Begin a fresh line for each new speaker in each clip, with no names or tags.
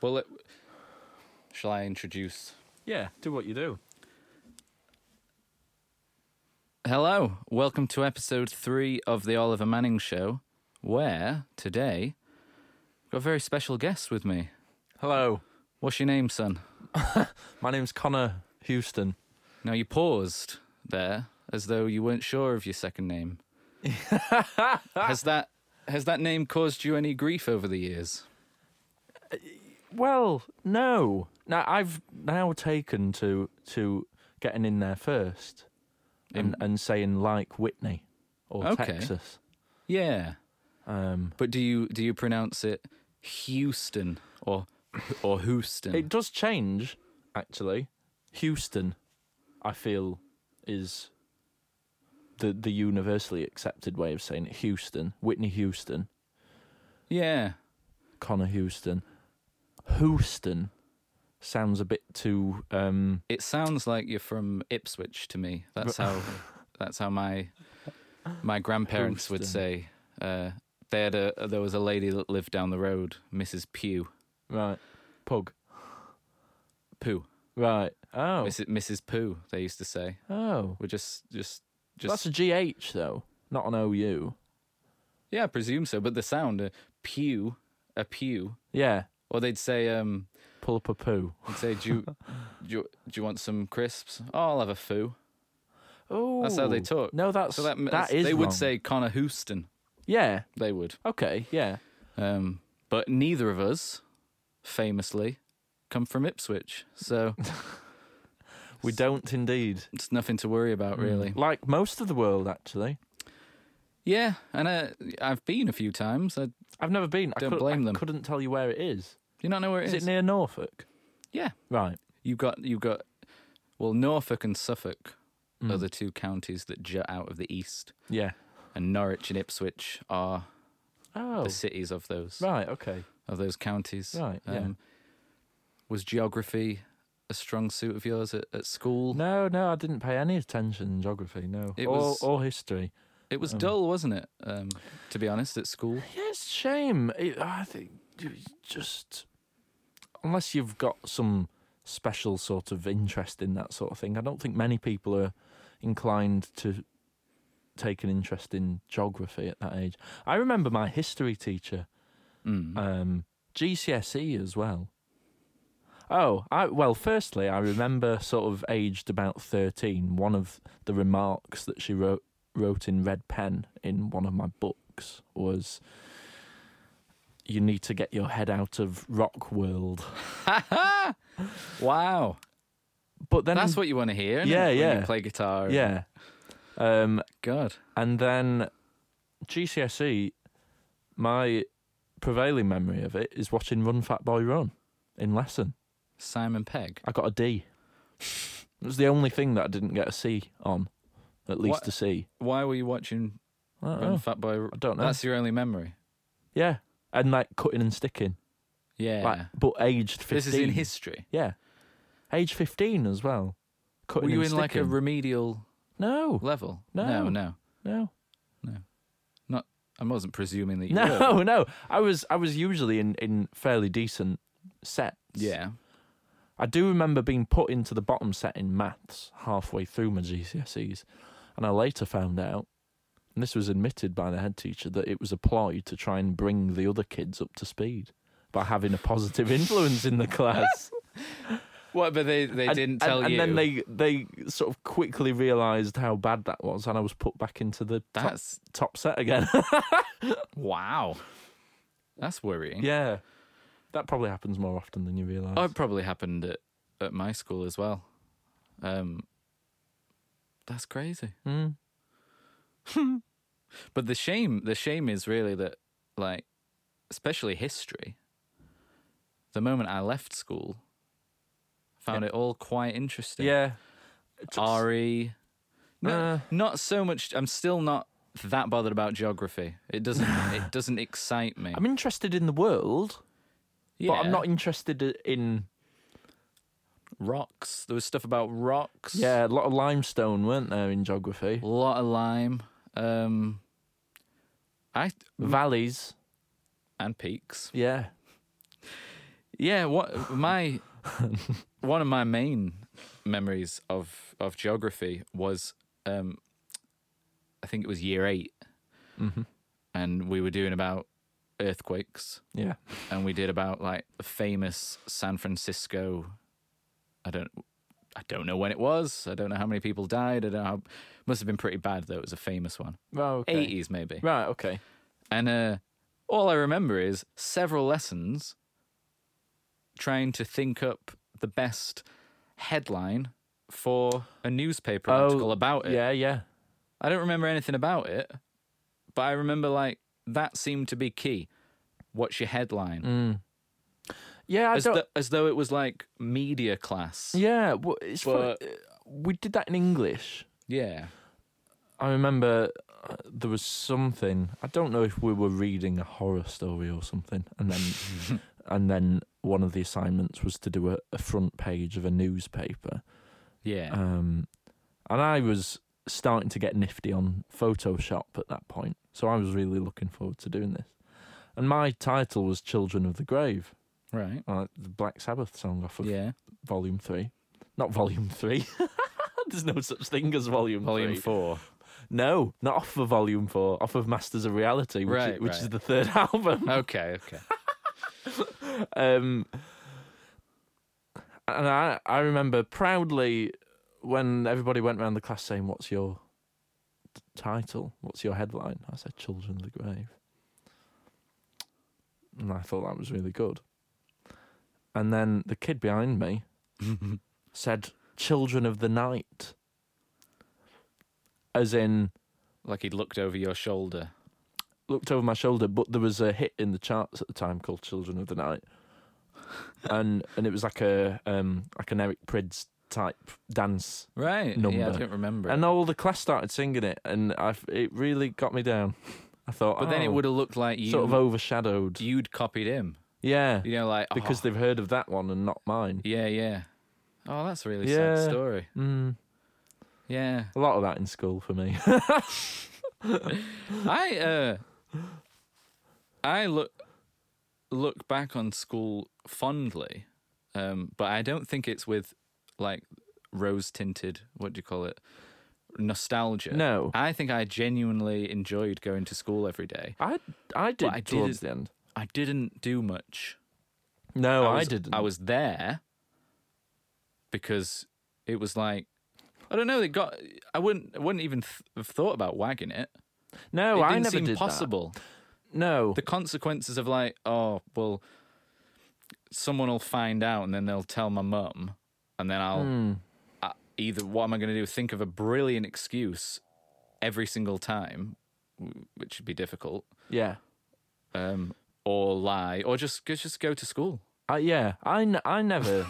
Well, it, shall I introduce?
Yeah, do what you do.
Hello, welcome to episode three of the Oliver Manning Show, where today I've got a very special guest with me.
Hello,
What's your name, son?
my name's Connor Houston.
Now you paused there as though you weren't sure of your second name. has that has that name caused you any grief over the years?
Well, no. Now I've now taken to to getting in there first and, and saying like Whitney or
Okay.
Texas.
Yeah,
Um,
but do you do you pronounce it Houston or or Houston?
It does change, actually. Houston, I feel, is the the universally accepted way of saying it. Houston, Whitney Houston,
yeah,
Connor Houston, Houston sounds a bit too. Um,
it sounds like you're from Ipswich to me. That's how that's how my my grandparents would say. Uh, they had a there was a lady that lived down the road, Mrs. Pugh.
right, pug.
Poo.
Right. Oh,
Mrs. Mrs. Poo, they used to say.
oh.
We're just just just
That's a GH though, not an OU.
Yeah, I presume so, but the sound a pew, a pew.
Yeah,
Or they'd say um
pull up a poo.
they'd say do you, do you, do you want some crisps? Oh, I'll have a foo.
Oh,
That's how they talk.
No, that's
So that,
that is
they would
wrong.
say Connor Houston.
yeah.
They would.
Okay, yeah.
Um, but neither of us, famously, come from Ipswich, so
We don't indeed.
it's nothing to worry
Hmm.
about, really.
Like most of the world, actually.
Yeah, and uh, I've been a few times. I, do
I've never been. I
Don't
couldn't-
blame
I
them.
Couldn't tell you where it is.
you not know where
Is
it is?
it near Norfolk?
yeah,
Right.
you've got you've got well Norfolk and Suffolk
Hmm.
are the two counties that jut out of the east,
Yeah.
and Norwich and Ipswich are
Oh.
the cities of those
Right. Okay.
of those counties. Um,
Right, yeah.
was geography a strong suit of yours at, at school?
No, no, I didn't pay any attention in geography. No.
It
or,
was-
or history.
It was dull, wasn't it? Um, to be honest, at school.
Yeah, it's a shame. It, I think you just unless you've got some special sort of interest in that sort of thing, I don't think many people are inclined to take an interest in geography at that age. I remember my history teacher,
Hmm. Mm-hmm.
um, GCSE E as well. Oh, I, well, firstly, I remember sort of aged about 13, one of the remarks that she wrote, wrote in red pen in one of my books was, You need to get your head out of rock world.
Wow,
But then.
that's what you want to hear. innit?
Yeah,
When
yeah.
You play guitar. and-
Yeah. Um,
God.
and then GCSE, E, my prevailing memory of it is watching Run Fat Boy Run in lesson.
Simon Pegg.
I got a D. It was the only thing that I didn't get a C on, at least
What?
a C.
Why were you watching
I don't
Run
know.
Fat Boy?
Uh-uh. I don't know.
That's your only memory.
Yeah, and like cutting and sticking,
Yeah.
like but aged fifteen.
This is in history.
Yeah, age fifteen as well. Cutting
Were you
and
in like a
sticking.
remedial
no,
level?
No.
no,
no,
Not. I wasn't presuming that you were.
no, no. I was I was usually in in fairly decent sets.
Yeah.
I do remember being put into the bottom set in maths halfway through my GCSEs, and I later found out, and this was admitted by the head teacher, that it was a ploy to try and bring the other kids up to speed by having a positive influence in the class.
What? But they they
And-
didn't
and-
tell
and,
you.
then they they sort of quickly realised how bad that was, and I was put back into the top,
That's
top set again.
wow. That's worrying.
yeah, that probably happens more often than you realise.
Oh, it probably happened at, at my school as well. Um, that's crazy.
Mm.
But the shame, the shame is really that, like, especially history. The moment I left school, found it all quite interesting.
Yeah,
RE. No,
Uh.
not so much. I'm still not that bothered about geography. It doesn't. it doesn't excite me.
I'm interested in the world,
yeah.
but I'm not interested i- in
rocks. There was stuff about rocks.
Yeah, a lot of limestone, weren't there, in geography?
a lot of lime. Um, I
Valleys.
and peaks.
Yeah.
Yeah, what my one of my main memories of of geography was um I think it was year 8
Mm-hmm.
and we were doing about earthquakes
Yeah.
and we did about like the famous San Francisco I don't I don't know when it was. I don't know how many people died. I don't know how, must have been pretty bad though. It was a famous one.
Well, okay.
80s maybe.
Right. Okay.
And uh, all I remember is several lessons trying to think up the best headline for a newspaper
Oh,
article about it.
Yeah. Yeah.
I don't remember anything about it, but I remember like that seemed to be key. What's your headline?
Mm. Yeah. I
As,
don't.
tho- as though it was like media class.
yeah. Well, it's funny.
But-
uh, We did that in English.
Yeah.
I remember uh, there was something. I don't know if we were reading a horror story or something, and then and then one of the assignments was to do a, a front page of a newspaper.
Yeah.
Um, and I was starting to get nifty on Photoshop at that point, so I was really looking forward to doing this. And my title was "Children of the Grave,"
right.
uh, the Black Sabbath song off of
Yeah.
Volume Three, not Volume Three. There's no such thing as Volume
Volume
Three.
four.
No, not off of Volume Four, off of Masters of Reality, which,
Right,
which
right.
is the third album.
Okay. Okay.
Um, and I, I remember proudly when everybody went round the class saying, "What's your t- title? What's your headline?" I said, "Children of the Grave," and I thought that was really good. And then the kid behind me said, "Children of the Night," as in.
like he'd looked over your shoulder.
looked over my shoulder, but there was a hit in the charts at the time called "Children of the Night," and and it was like a um like an Eric Prydz type dance,
Right. Yeah, I
Number.
don't remember. it.
and all the class started singing it, and I it really got me down. I thought,
But then it
"Oh,"
would have looked like you
sort of overshadowed,
you'd copied him.
yeah,
You know, like
because
oh,
they've heard of that one and not mine.
yeah, yeah. Oh, that's a really
Yeah.
sad story.
Mm,
Yeah,
a lot of that in school for me.
I uh, I look look back on school fondly, um, but I don't think it's with like rose tinted. What do you call it? Nostalgia.
No,
I think I genuinely enjoyed going to school every day.
I I did
I did
towards
it-
the end.
I didn't do much.
No, Oh, I,
was-
didn't.
I was there because it was like I don't know. It got. I wouldn't. I wouldn't even th- have thought about wagging it.
no,
it
Oh, I
didn't
never
seem
did that.
possible.
No,
The consequences of like, oh well, someone will find out and then they'll tell my mum, and then I'll
Mm.
I, either what am I going to do? Think of a brilliant excuse every single time, w- which would be difficult,
yeah.
um, or lie, or just just go to school.
Uh, yeah, I, n- I never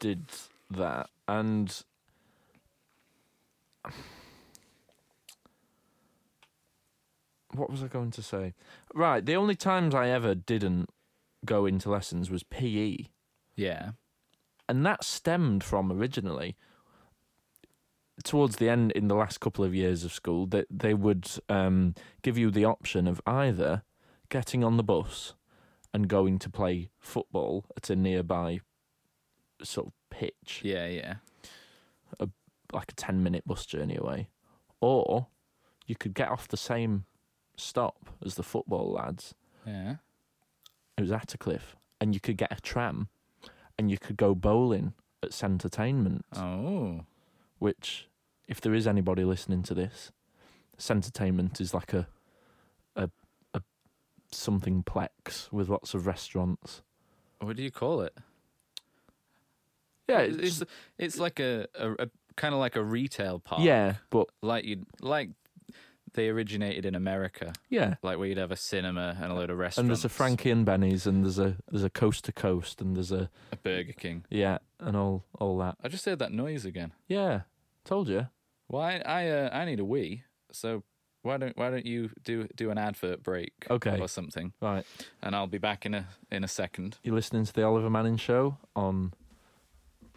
did that, and what was I going to say? Right, the only times I ever didn't go into lessons was E. PE,
Yeah.
and that stemmed from originally towards the end in the last couple of years of school that they, would um, give you the option of either getting on the bus and going to play football at a nearby sort of pitch
Yeah. Yeah.
like a 10 minute bus journey away or you could get off the same stop as the football lads
Yeah.
it was Attercliffe and you could get a tram and you could go bowling at Centertainment
Oh.
which, if there is anybody listening to this, Centertainment is like a a a something plex with lots of restaurants.
what do you call it?
Yeah,
it's
it's,
it's, like a, a, a kind of like a retail park.
yeah, but
like you like they originated in America,
yeah.
like where you'd have a cinema and a load of restaurants.
And there's a Frankie and Benny's, and there's a there's a coast to coast, and there's a
a Burger King.
yeah, and all all that.
I just heard that noise again.
Yeah, told you.
Why I uh, I need a wee, so why don't why don't you do do an advert break,
Okay.
or something,
Right,
and I'll be back in a in a second.
you're listening to the Oliver Manning Show on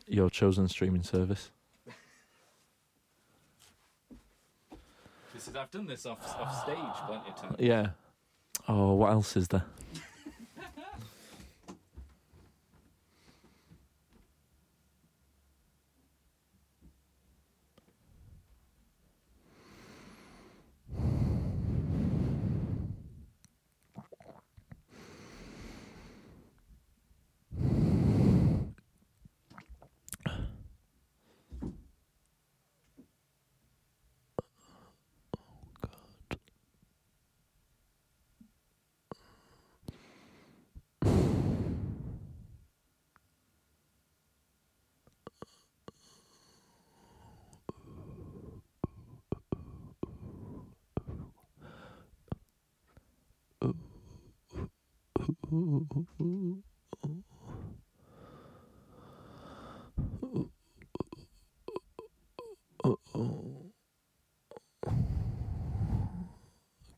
your chosen streaming service.
This is, I've done this off off stage plenty of times.
Yeah. Oh, what else is there?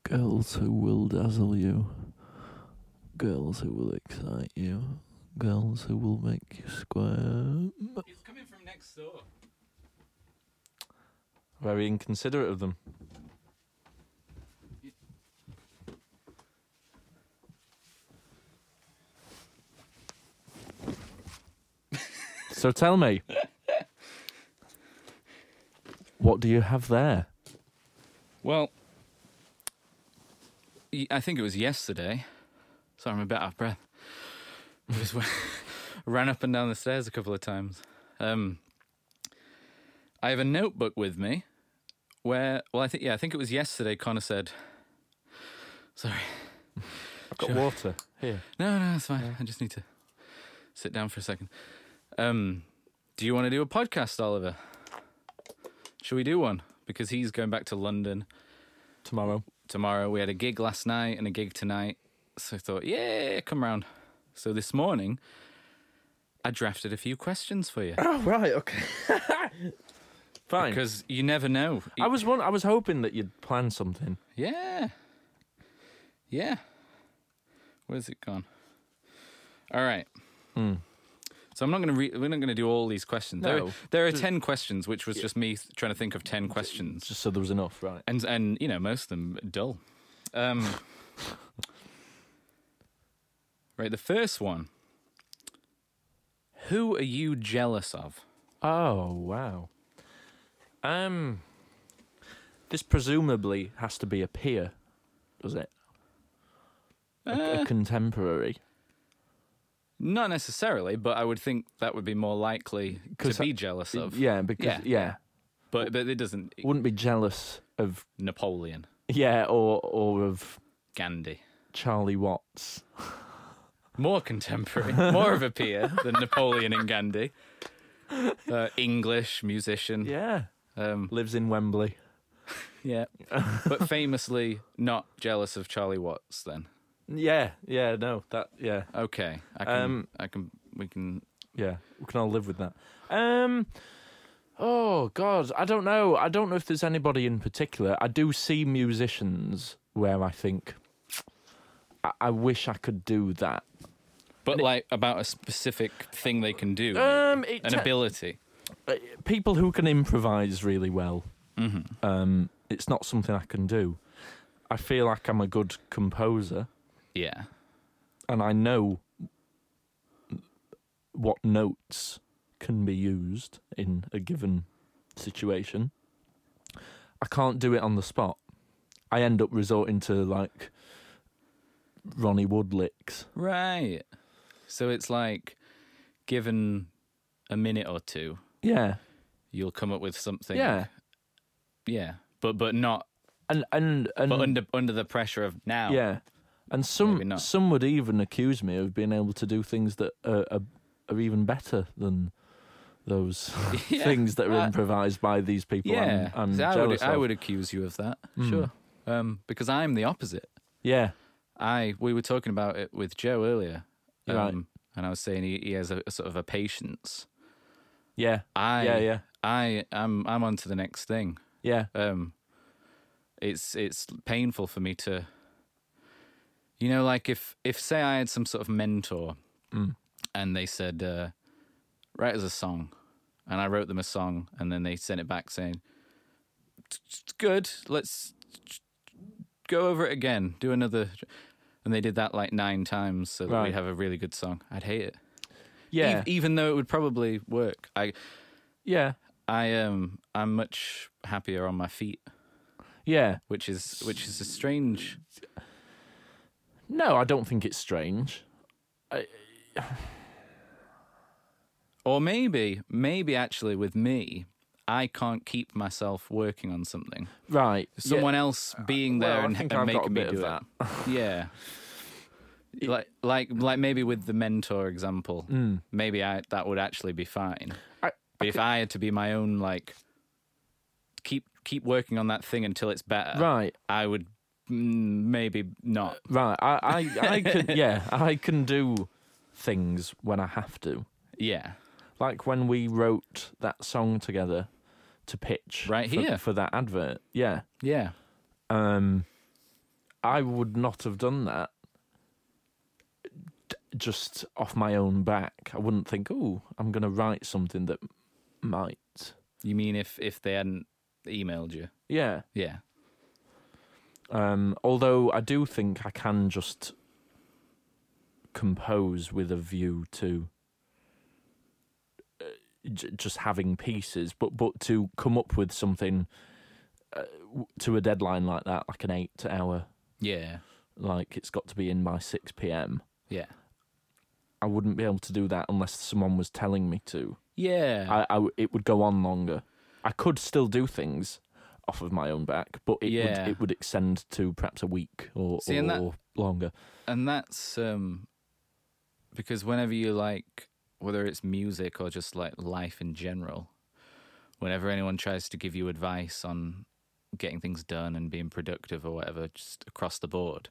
Girls who will dazzle you. Girls who will excite you. Girls who will make you squirm.
It's coming from next door.
Very inconsiderate of them. so tell me, what do you have there?
Well, y- I think it was yesterday. Sorry, I'm a bit out of breath. I just went- ran up and down the stairs a couple of times. Um, I have a notebook with me where, well, I think, yeah, I think it was yesterday Connor said, sorry,
I've got
Sure.
water here.
no, no, that's fine. I just need to sit down for a second. Um, do you want to do a podcast, Oliver? Shall we do one? Because he's going back to London.
Tomorrow.
tomorrow. We had a gig last night and a gig tonight. So I thought, yeah, come round. So this morning, I drafted a few questions for you
Oh, right, okay. Fine.
because you never know.
I was one, I was hoping that you'd plan something.
yeah. Yeah. Where's it gone? All right.
Hmm.
So I'm not going to re- we're not going to do all these questions. There,
No. Hmm.
are, there are 10 questions which was just me th- trying to think of 10 questions.
Just so there was enough, right?
and and you know most of them are dull. Um, right, the first one. Who are you jealous of?
Oh wow. Um, this presumably has to be a peer, does it? A,
Eh.
a contemporary.
Not necessarily, but I would think that would be more likely to
'Cause
be
I-
jealous of.
Yeah, because yeah.
Yeah.
yeah,
But but it doesn't.
wouldn't be jealous of
Napoleon,
yeah or or of
Gandhi,
Charlie Watts.
more contemporary, more of a peer than Napoleon and Gandhi. Uh, English musician.
Yeah,
Um,
lives in Wembley.
yeah. but famously not jealous of Charlie Watts. Then.
Yeah, yeah, no, that yeah,
Okay, I can.
Um,
I can. We can.
yeah. We can all live with that. Um. Oh God, I don't know. I don't know if there's anybody in particular. I do see musicians where I think I, I wish I could do that.
But like about a specific thing they can do,
Um,
maybe.
it
an
te-
ability.
Uh, People who can improvise really well.
Mm-hmm.
Um, it's not something I can do. I feel like I'm a good composer,
Yeah.
and I know what notes can be used in a given situation. I can't do it on the spot. I end up resorting to like Ronnie Wood licks.
Right. So it's like, given a minute or two,
Yeah,
you'll come up with something.
yeah,
Yeah. But but not.
and and and
But under under the pressure of now.
Yeah, and
Maybe
some
not.
some would even accuse me of being able to do things that are are, are even better than those
Yeah.
things that are
Uh,
improvised by these people.
Yeah.
I'm, I'm
So I
jealous
would I
of. Hmm.
would accuse you of that. Sure. Um, because I'm the opposite.
Yeah,
I we were talking about it with Joe earlier. Um,
Right.
And I was saying he, he has a, a sort of a patience.
yeah,
I
yeah, yeah,
I I'm I'm on to the next thing.
yeah.
um it's it's painful for me to you know like if if say i had some sort of mentor
Mm.
and they said uh write us a song and i wrote them a song and then they sent it back saying "It's good let's go over it again do another and they did that like nine times so that we
Right.
have a really good song i'd hate it
Yeah,
Ev- even though it would probably work i
yeah,
i um i'm much happier on my feet
yeah.
which is which is a strange.
No, I don't think it's strange.
Or maybe maybe actually with me, I can't keep myself working on something.
Right. yeah.
Someone else being there
Well, I
and,
think
and
I've
making
got a
me
bit
do
of
it. yeah. Like like like maybe with the mentor example, maybe I that would actually be fine.
Hmm. I-
but if I had to be my own like keep keep working on that thing until it's better,
Right.
I would mm, maybe not.
Right, I, I, I can, yeah, I can do things when I have to.
Yeah.
Like when we wrote that song together to pitch
Right
for-
here.
for that advert. Yeah.
Yeah.
Um, I would not have done that d- just off my own back. I wouldn't think, oh, I'm going to write something that might.
You mean if if they hadn't emailed you?
Yeah.
Yeah.
Um, although I do think I can just compose with a view to uh, j- just having pieces, but but to come up with something uh, w- to a deadline like that, like an eight hour,
Yeah.
like it's got to be in by six p.m.
Yeah.
I wouldn't be able to do that unless someone was telling me to.
Yeah.
I I w it would go on longer. I could still do things off of my own back, but it
Yeah.
would it would extend to perhaps a week or,
See,
or
and that-
longer.
and that's um because whenever you like whether it's music or just like life in general whenever anyone tries to give you advice on getting things done and being productive or whatever just across the board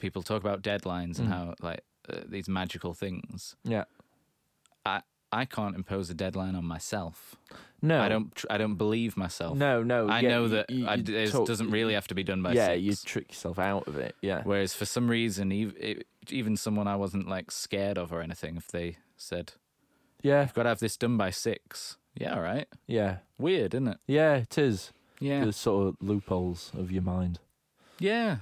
people talk about deadlines and
Mhm.
how like uh, these magical things
Yeah.
i i can't impose a deadline on myself
No,
i don't tr- i don't believe myself
No, no.
i
yeah,
know
you-
that
you-
I
you
d it
talk-
doesn't really have to be done by
Yeah,
six.
you trick yourself out of it. Yeah.
Whereas for some reason, ev- e- even someone I wasn't like scared of or anything, if they said,
Yeah.
I've got to have this done by six. Yeah, all right.
Yeah.
Weird, isn't it?
Yeah. It is
Yeah.
the sort of loopholes of your mind.
Yeah.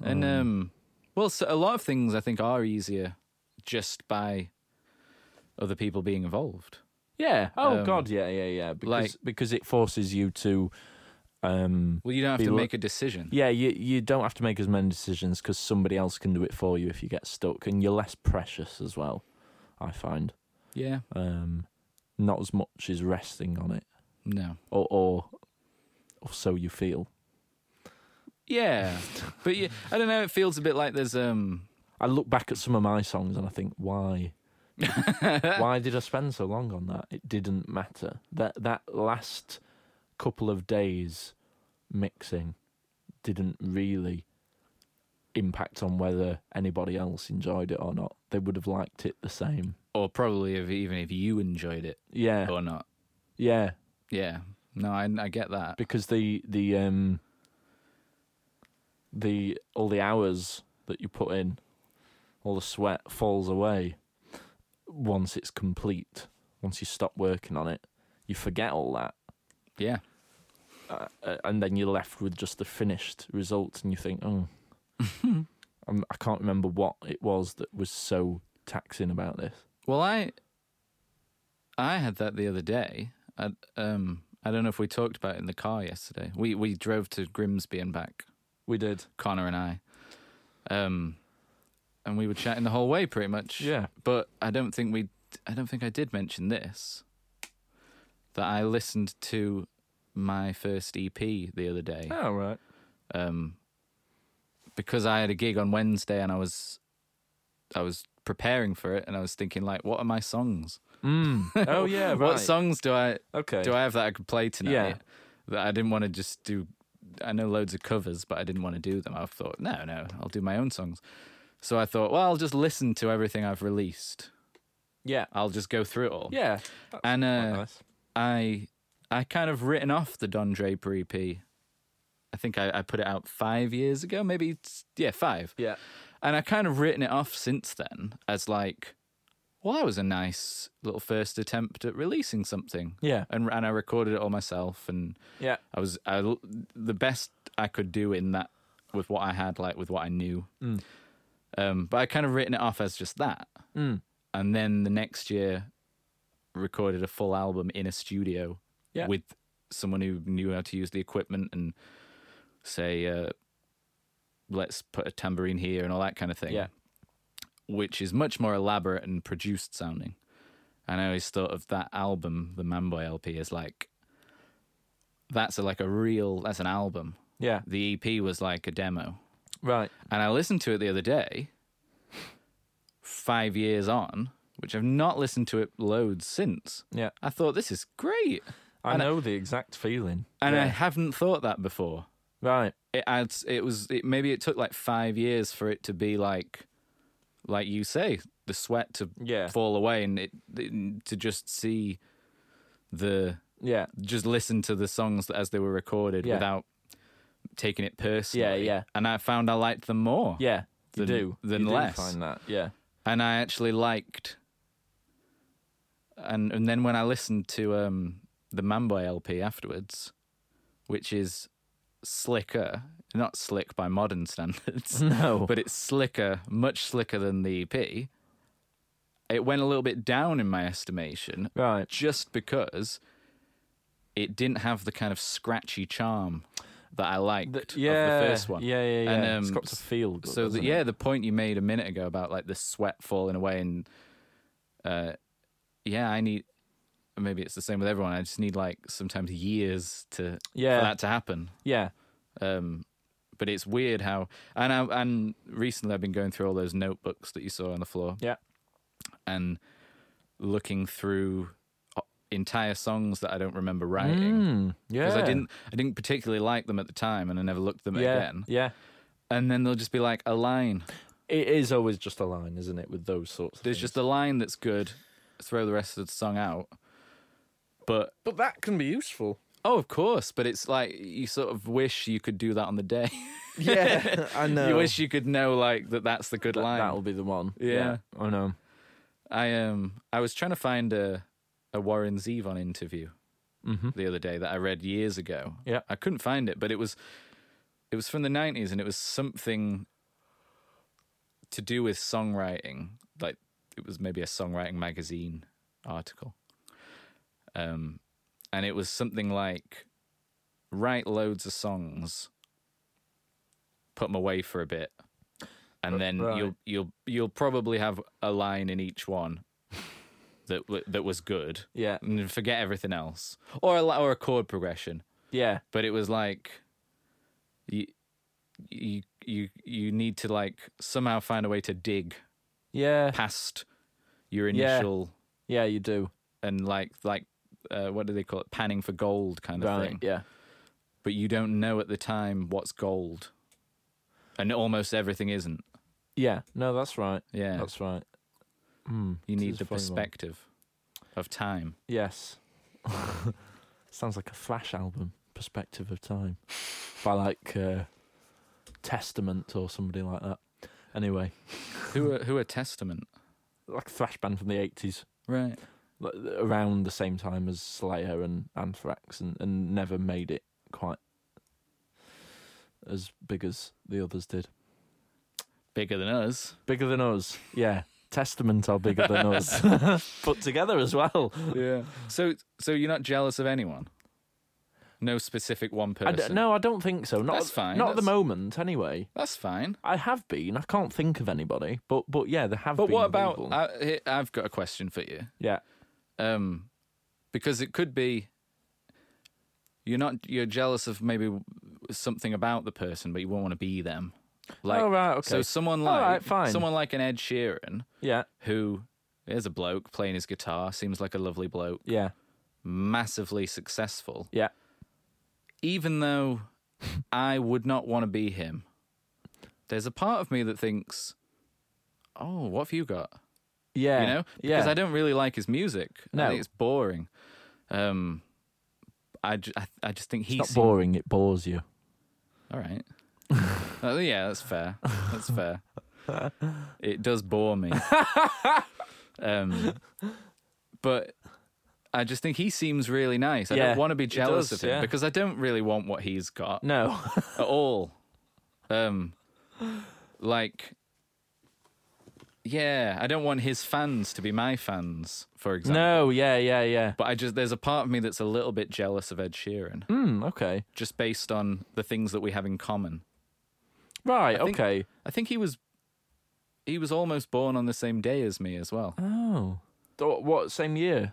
And,
Um,
um, well, so a lot of things I think are easier just by other people being involved.
Yeah. Oh
um,
God. Yeah. Yeah. Yeah. Because
like-
because it forces you to. Um.
Well, you don't have
Be
to
lo-
make a decision.
Yeah. You you don't have to make as many decisions because somebody else can do it for you if you get stuck, and you're less precious as well. I find.
Yeah.
Um. Not as much is resting on it,
No.
or or, or so you feel.
Yeah. but yeah, I don't know. It feels a bit like there's, um,
I look back at some of my songs and I think, why? why did I spend so long on that? It didn't matter. That that last couple of days mixing didn't really impact on whether anybody else enjoyed it or not. They would have liked it the same.
or probably if, even if you enjoyed it
Yeah.
or not.
Yeah.
Yeah. No, I, I get that.
Because the the um the all the hours that you put in, all the sweat falls away once it's complete. Once you stop working on it, you forget all that,
Yeah.
uh, uh, and then you're left with just the finished result, and you think, oh, I'm, I can't remember what it was that was so taxing about this.
Well, I I had that the other day. I um I don't know if we talked about it in the car yesterday. We we drove to Grimsby and back,
We did,
Connor and I. Um and we were chatting the whole way pretty much.
yeah,
But I don't think we I don't think I did mention this that I listened to my first EP the other day
all right,
um, because I had a gig on Wednesday and I was I was preparing for it and I was thinking like, what are my songs?
mm. oh yeah, right,
What songs do I
okay,
do I have that I could play tonight?
Yeah.
That I didn't want to just do. I know loads of covers, but I didn't want to do them. I thought, no, no, I'll do my own songs. So I thought, well, I'll just listen to everything I've released.
yeah,
I'll just go through it all.
yeah,
And
Quite
uh,
nice.
I I kind of written off the Don Draper EP. I think I, I put it out five years ago, maybe it's- yeah, five.
yeah.
And I kind of written it off since then as like, well, that was a nice little first attempt at releasing something.
Yeah,
And and I recorded it all myself, and
yeah,
I was I, l- the best I could do in that with what I had, like with what I knew.
Mm.
Um, but I kind of written it off as just that,
mm.
and then the next year, recorded a full album in a studio
Yeah.
with someone who knew how to use the equipment and say, uh, let's put a tambourine here and all that kind of thing
yeah,
which is much more elaborate and produced sounding. And I always thought of that album, the Manboy LP, as like that's a, like a real that's an album.
yeah.
The EP was like a demo,
Right.
and I listened to it the other day. Five years on, which I've not listened to it loads since.
Yeah.
I thought this is great,
I
And I-
know the exact feeling.
and I
yeah.
haven't thought that before.
Right.
it adds it was it, maybe it took like five years for it to be like like you say the sweat to
Yeah.
fall away and it, it- to just see the
Yeah.
just listen to the songs that as they were recorded
Yeah.
without taking it personally
yeah.
and i found i liked them more
Yeah.
Than-
You do.
than
you do
less.
find that. Yeah.
and i actually liked and and then when i listened to um the manboy lp afterwards which is slicker not slick by modern standards
No.
but it's slicker, much slicker than the EP. It went a little bit down in my estimation
right.
just because it didn't have the kind of scratchy charm that I liked
The-
of
yeah.
the first one.
Yeah. Yeah. Yeah.
And,
it's
um,
got to feel good.
So the,
doesn't
yeah,
It?
the point you made a minute ago about like the sweat falling away and uh yeah, I need maybe it's the same with everyone. I just need like sometimes years to
Yeah.
for that to happen.
Yeah.
Um, but it's weird how and I, and recently I've been going through all those notebooks that you saw on the floor.
Yeah.
And looking through uh, entire songs that I don't remember writing
Mm, yeah.
because I didn't I didn't particularly like them at the time and I never looked them
Yeah.
again.
Yeah.
And then there'll just be like a line.
It is always just a line, isn't it? With those sorts. Of
There's
things.
just a line that's good. Throw the rest of the song out. But
But that can be useful.
oh, of course. But it's like you sort of wish you could do that on the day.
Yeah. I know.
you wish you could know like that. That's the good
that,
line.
that'll be the one.
Yeah.
I know.
I um I was trying to find a a Warren Zevon interview
Mm-hmm.
the other day that I read years ago.
Yeah.
I couldn't find it, but it was it was from the nineties and it was something to do with songwriting. Like it was maybe a songwriting magazine article. Um and it was something like write loads of songs, put them away for a bit, and then
right.
you'll you'll you'll probably have a line in each one that w- that was good,
Yeah.
and then forget everything else, or a, li- or a chord progression.
Yeah.
But it was like you you you you need to like somehow find a way to dig
Yeah.
past your
Yeah.
initial
Yeah. You do.
and like like uh, what do they call it panning for gold kind of
Right.
thing
Yeah.
but you don't know at the time what's gold, and almost everything isn't.
Yeah. No, that's right.
Yeah,
That's right. Mm,
you
this
need
is
the
a funny one.
perspective of time.
Yes. Sounds like a Flash album, Perspective of Time, by like uh, Testament or somebody like that. Anyway,
who are, who are testament?
like a thrash band from the 80s,
Right.
like, around the same time as Slayer and Anthrax, and, and never made it quite as big as the others did.
Bigger than us.
Bigger than us, yeah. Testament are bigger than us, put together as well.
Yeah. So so you're not jealous of anyone. No specific one
I
person.
d- no, I don't think so. Not
That's fine,
Not at the
that's-
moment, anyway.
That's fine.
I have been. I can't think of anybody, but but yeah, there have.
But
been
what about?
people.
I, here- I've got a question for you.
yeah,
Um, because it could be. You're not. You're jealous of maybe something about the person, but you won't want to be them. Like,
oh, right, okay,
So someone
All
like
right, fine.
someone like an Ed Sheeran,
yeah,
who is a bloke playing his guitar, seems like a lovely bloke,
yeah,
massively successful.
yeah,
Even though I would not want to be him, there's a part of me that thinks, "Oh, what have you got?"
yeah,
You know, because
yeah,
I don't really like his music. I
No.
think it's boring. Um, I, ju- I, I just think he's
It's not boring. It bores you.
All right. Oh, yeah, that's fair. That's fair. It does bore me. um, but I just think he seems really nice. I
Yeah,
don't want to be
he
jealous
does,
of him
yeah.
because I don't really want what he's got
No,
at all. Um, like, yeah, I don't want his fans to be my fans, for example.
no, yeah, yeah, yeah.
But I just there's a part of me that's a little bit jealous of Ed Sheeran,
Hmm. Okay.
just based on the things that we have in common.
Right.
I think-
okay.
I think he was he was almost born on the same day as me as well.
Oh. Th- What? Same year?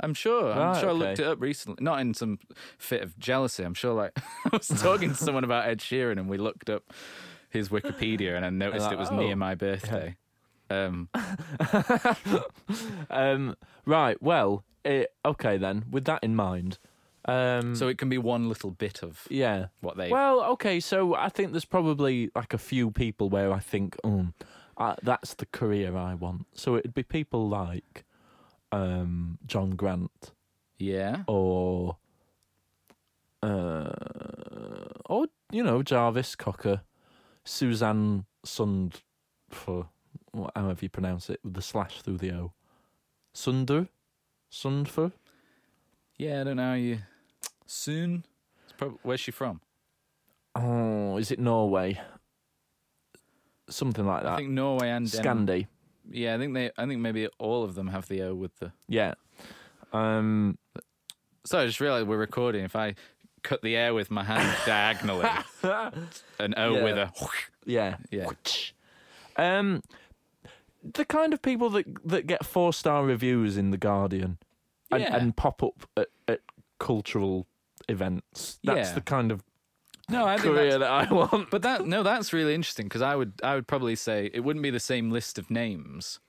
I'm sure.
Right,
I'm sure
okay.
I looked it up recently. Not in some fit of jealousy. I'm sure like I was talking to someone about Ed Sheeran and we looked up his Wikipedia and I noticed
like,
it was
oh.
near my birthday. Um
Um. Right. Well. eh, okay then. With that in mind, Um,
So it can be one little bit of
yeah.
what they.
Well, okay, so I think there's probably like a few people where I think, um, I, that's the career I want. So it'd be people like um, John Grant
yeah.
or uh, or you know Jarvis Cocker, Suzanne Sund for wh- however you pronounce it with the slash through the O, Sunder, Sundfer.
Yeah, I don't know how you. Soon. It's prob- Where's she from?
Oh, is it Norway? Something like that.
I think Norway and Denmark.
Scandi.
Yeah, I think they. I think maybe all of them have the O with the.
Yeah. Um,
So I just realised we're recording. If I cut the air with my hand diagonally, an O
Yeah.
with a.
yeah.
Yeah.
Um, the kind of people that that get four star reviews in the Guardian and,
Yeah.
and pop up at, at cultural events. That's
Yeah.
the kind of
No, I think that's-
career that I want.
But that no, that's really interesting because I would I would probably say it wouldn't be the same list of names,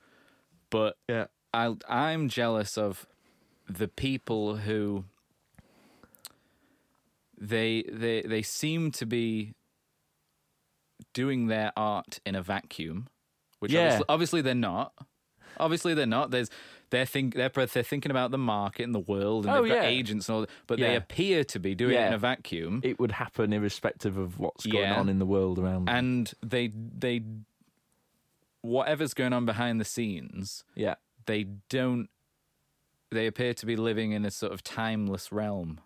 but
Yeah.
I I'm jealous of the people who they they they seem to be doing their art in a vacuum, which
Yeah.
obviously, obviously they're not. Obviously they're not. There's they're think they're pro- they're thinking about the market and the world and
Oh,
they've got
yeah.
agents and all, that, but they
Yeah.
appear to be doing it in
Yeah.
a vacuum.
It would happen irrespective of what's going
Yeah.
on in the world around. them.
and they they whatever's going on behind the scenes
yeah.
they don't they appear to be living in a sort of timeless realm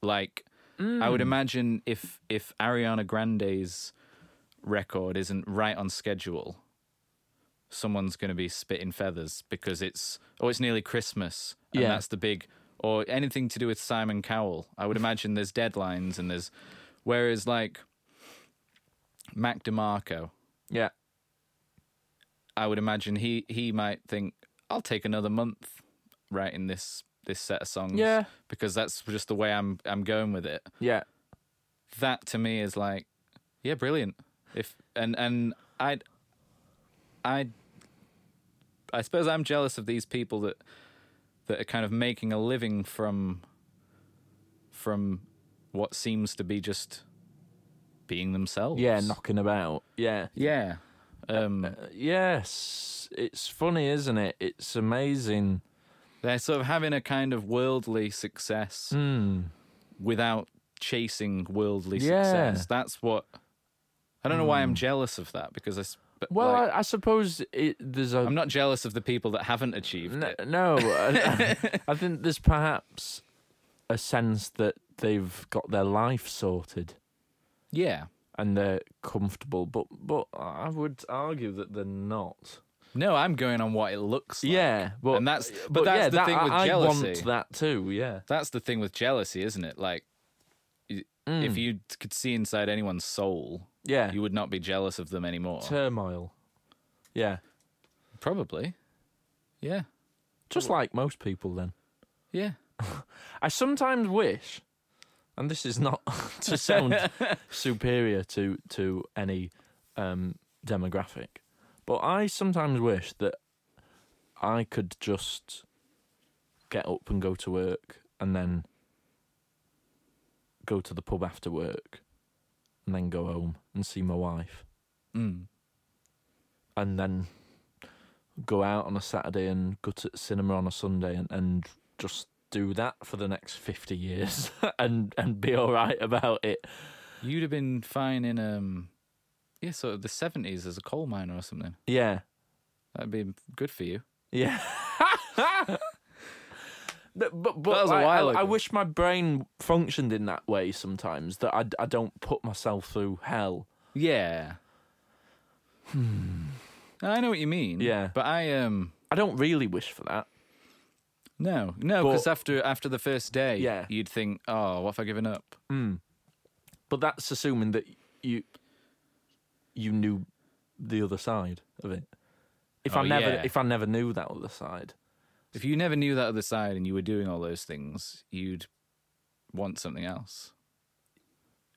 like i would imagine if if ariana grande's record isn't right on schedule someone's going to be spitting feathers because it's oh it's nearly christmas and
Yeah.
that's the big or anything to do with simon cowell i would imagine there's deadlines and there's whereas like mac demarco
Yeah.
I would imagine he he might think I'll take another month writing this this set of songs.
Yeah.
because that's just the way I'm I'm going with it.
Yeah.
That to me is like, yeah, brilliant. If and and I, I, I suppose I'm jealous of these people that that are kind of making a living from from what seems to be just being themselves.
Yeah. Knocking about. Yeah.
yeah. Um,
Yes. It's funny, isn't it? It's amazing.
They're sort of having a kind of worldly success
Mm. Hmm.
without chasing worldly
Yeah. Hmm.
success. That's what I don't know why I'm jealous of that because I. s- But
Well,
like,
I, I suppose it, there's a
I, am not jealous of the people that haven't achieved
No,
it.
no I, I think there's perhaps a sense that they've got their life sorted
Yeah.
and they're comfortable, but but I would argue that they're not.
No, I'm going on what it looks like.
yeah, but
And that's- but that's
yeah,
the
that-
thing with
I, I
jealousy.
want that too. Yeah,
That's the thing with jealousy, isn't it? Like, y- if you could see inside anyone's soul,
Mm. yeah,
you would not be jealous of them anymore.
turmoil. Yeah,
Probably. Yeah.
just like most people. Then
Yeah.
I sometimes wish, and this is not to sound superior to to any um, demographic, but I sometimes wish that I could just get up and go to work, and then go to the pub after work, and then go home and see my wife,
Mm.
and then go out on a Saturday and go to the cinema on a Sunday, and, and just do that for the next 50 years and and be all right about it
You'd have been fine in um, yeah, sort of the seventies as a coal miner or something.
yeah
That'd be good for you.
Yeah. but but, but
was a
like,
while
I, I
ago.
wish my brain functioned in that way sometimes that I, d- I don't put myself through hell.
Yeah. Hmm. I know what you mean.
Yeah.
but I um,
I don't really wish for that.
no, no,
But-
because after after the first day,
Yeah.
you'd think, oh, what have I given up?
Hmm. But that's assuming that you you knew the other side of it. If
Oh,
I never
yeah.
if I never knew that other side.
If you never knew that other side and you were doing all those things, you'd want something else.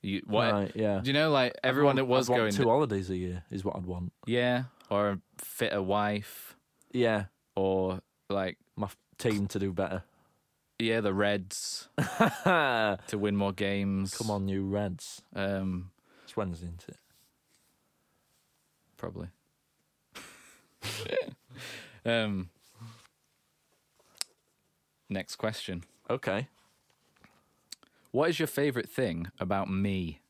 You what?
Right, yeah.
Do you know, like everyone that was
I'd want
going,
two holidays a year is what I'd want.
yeah, or a fitter wife,
Yeah.
or like
My f- team to do better.
yeah, the Reds
Come
to win more games.
on, you Reds.
Um,
It's Wednesday, isn't it?
probably. um, next question.
Okay.
What is your favorite thing about me?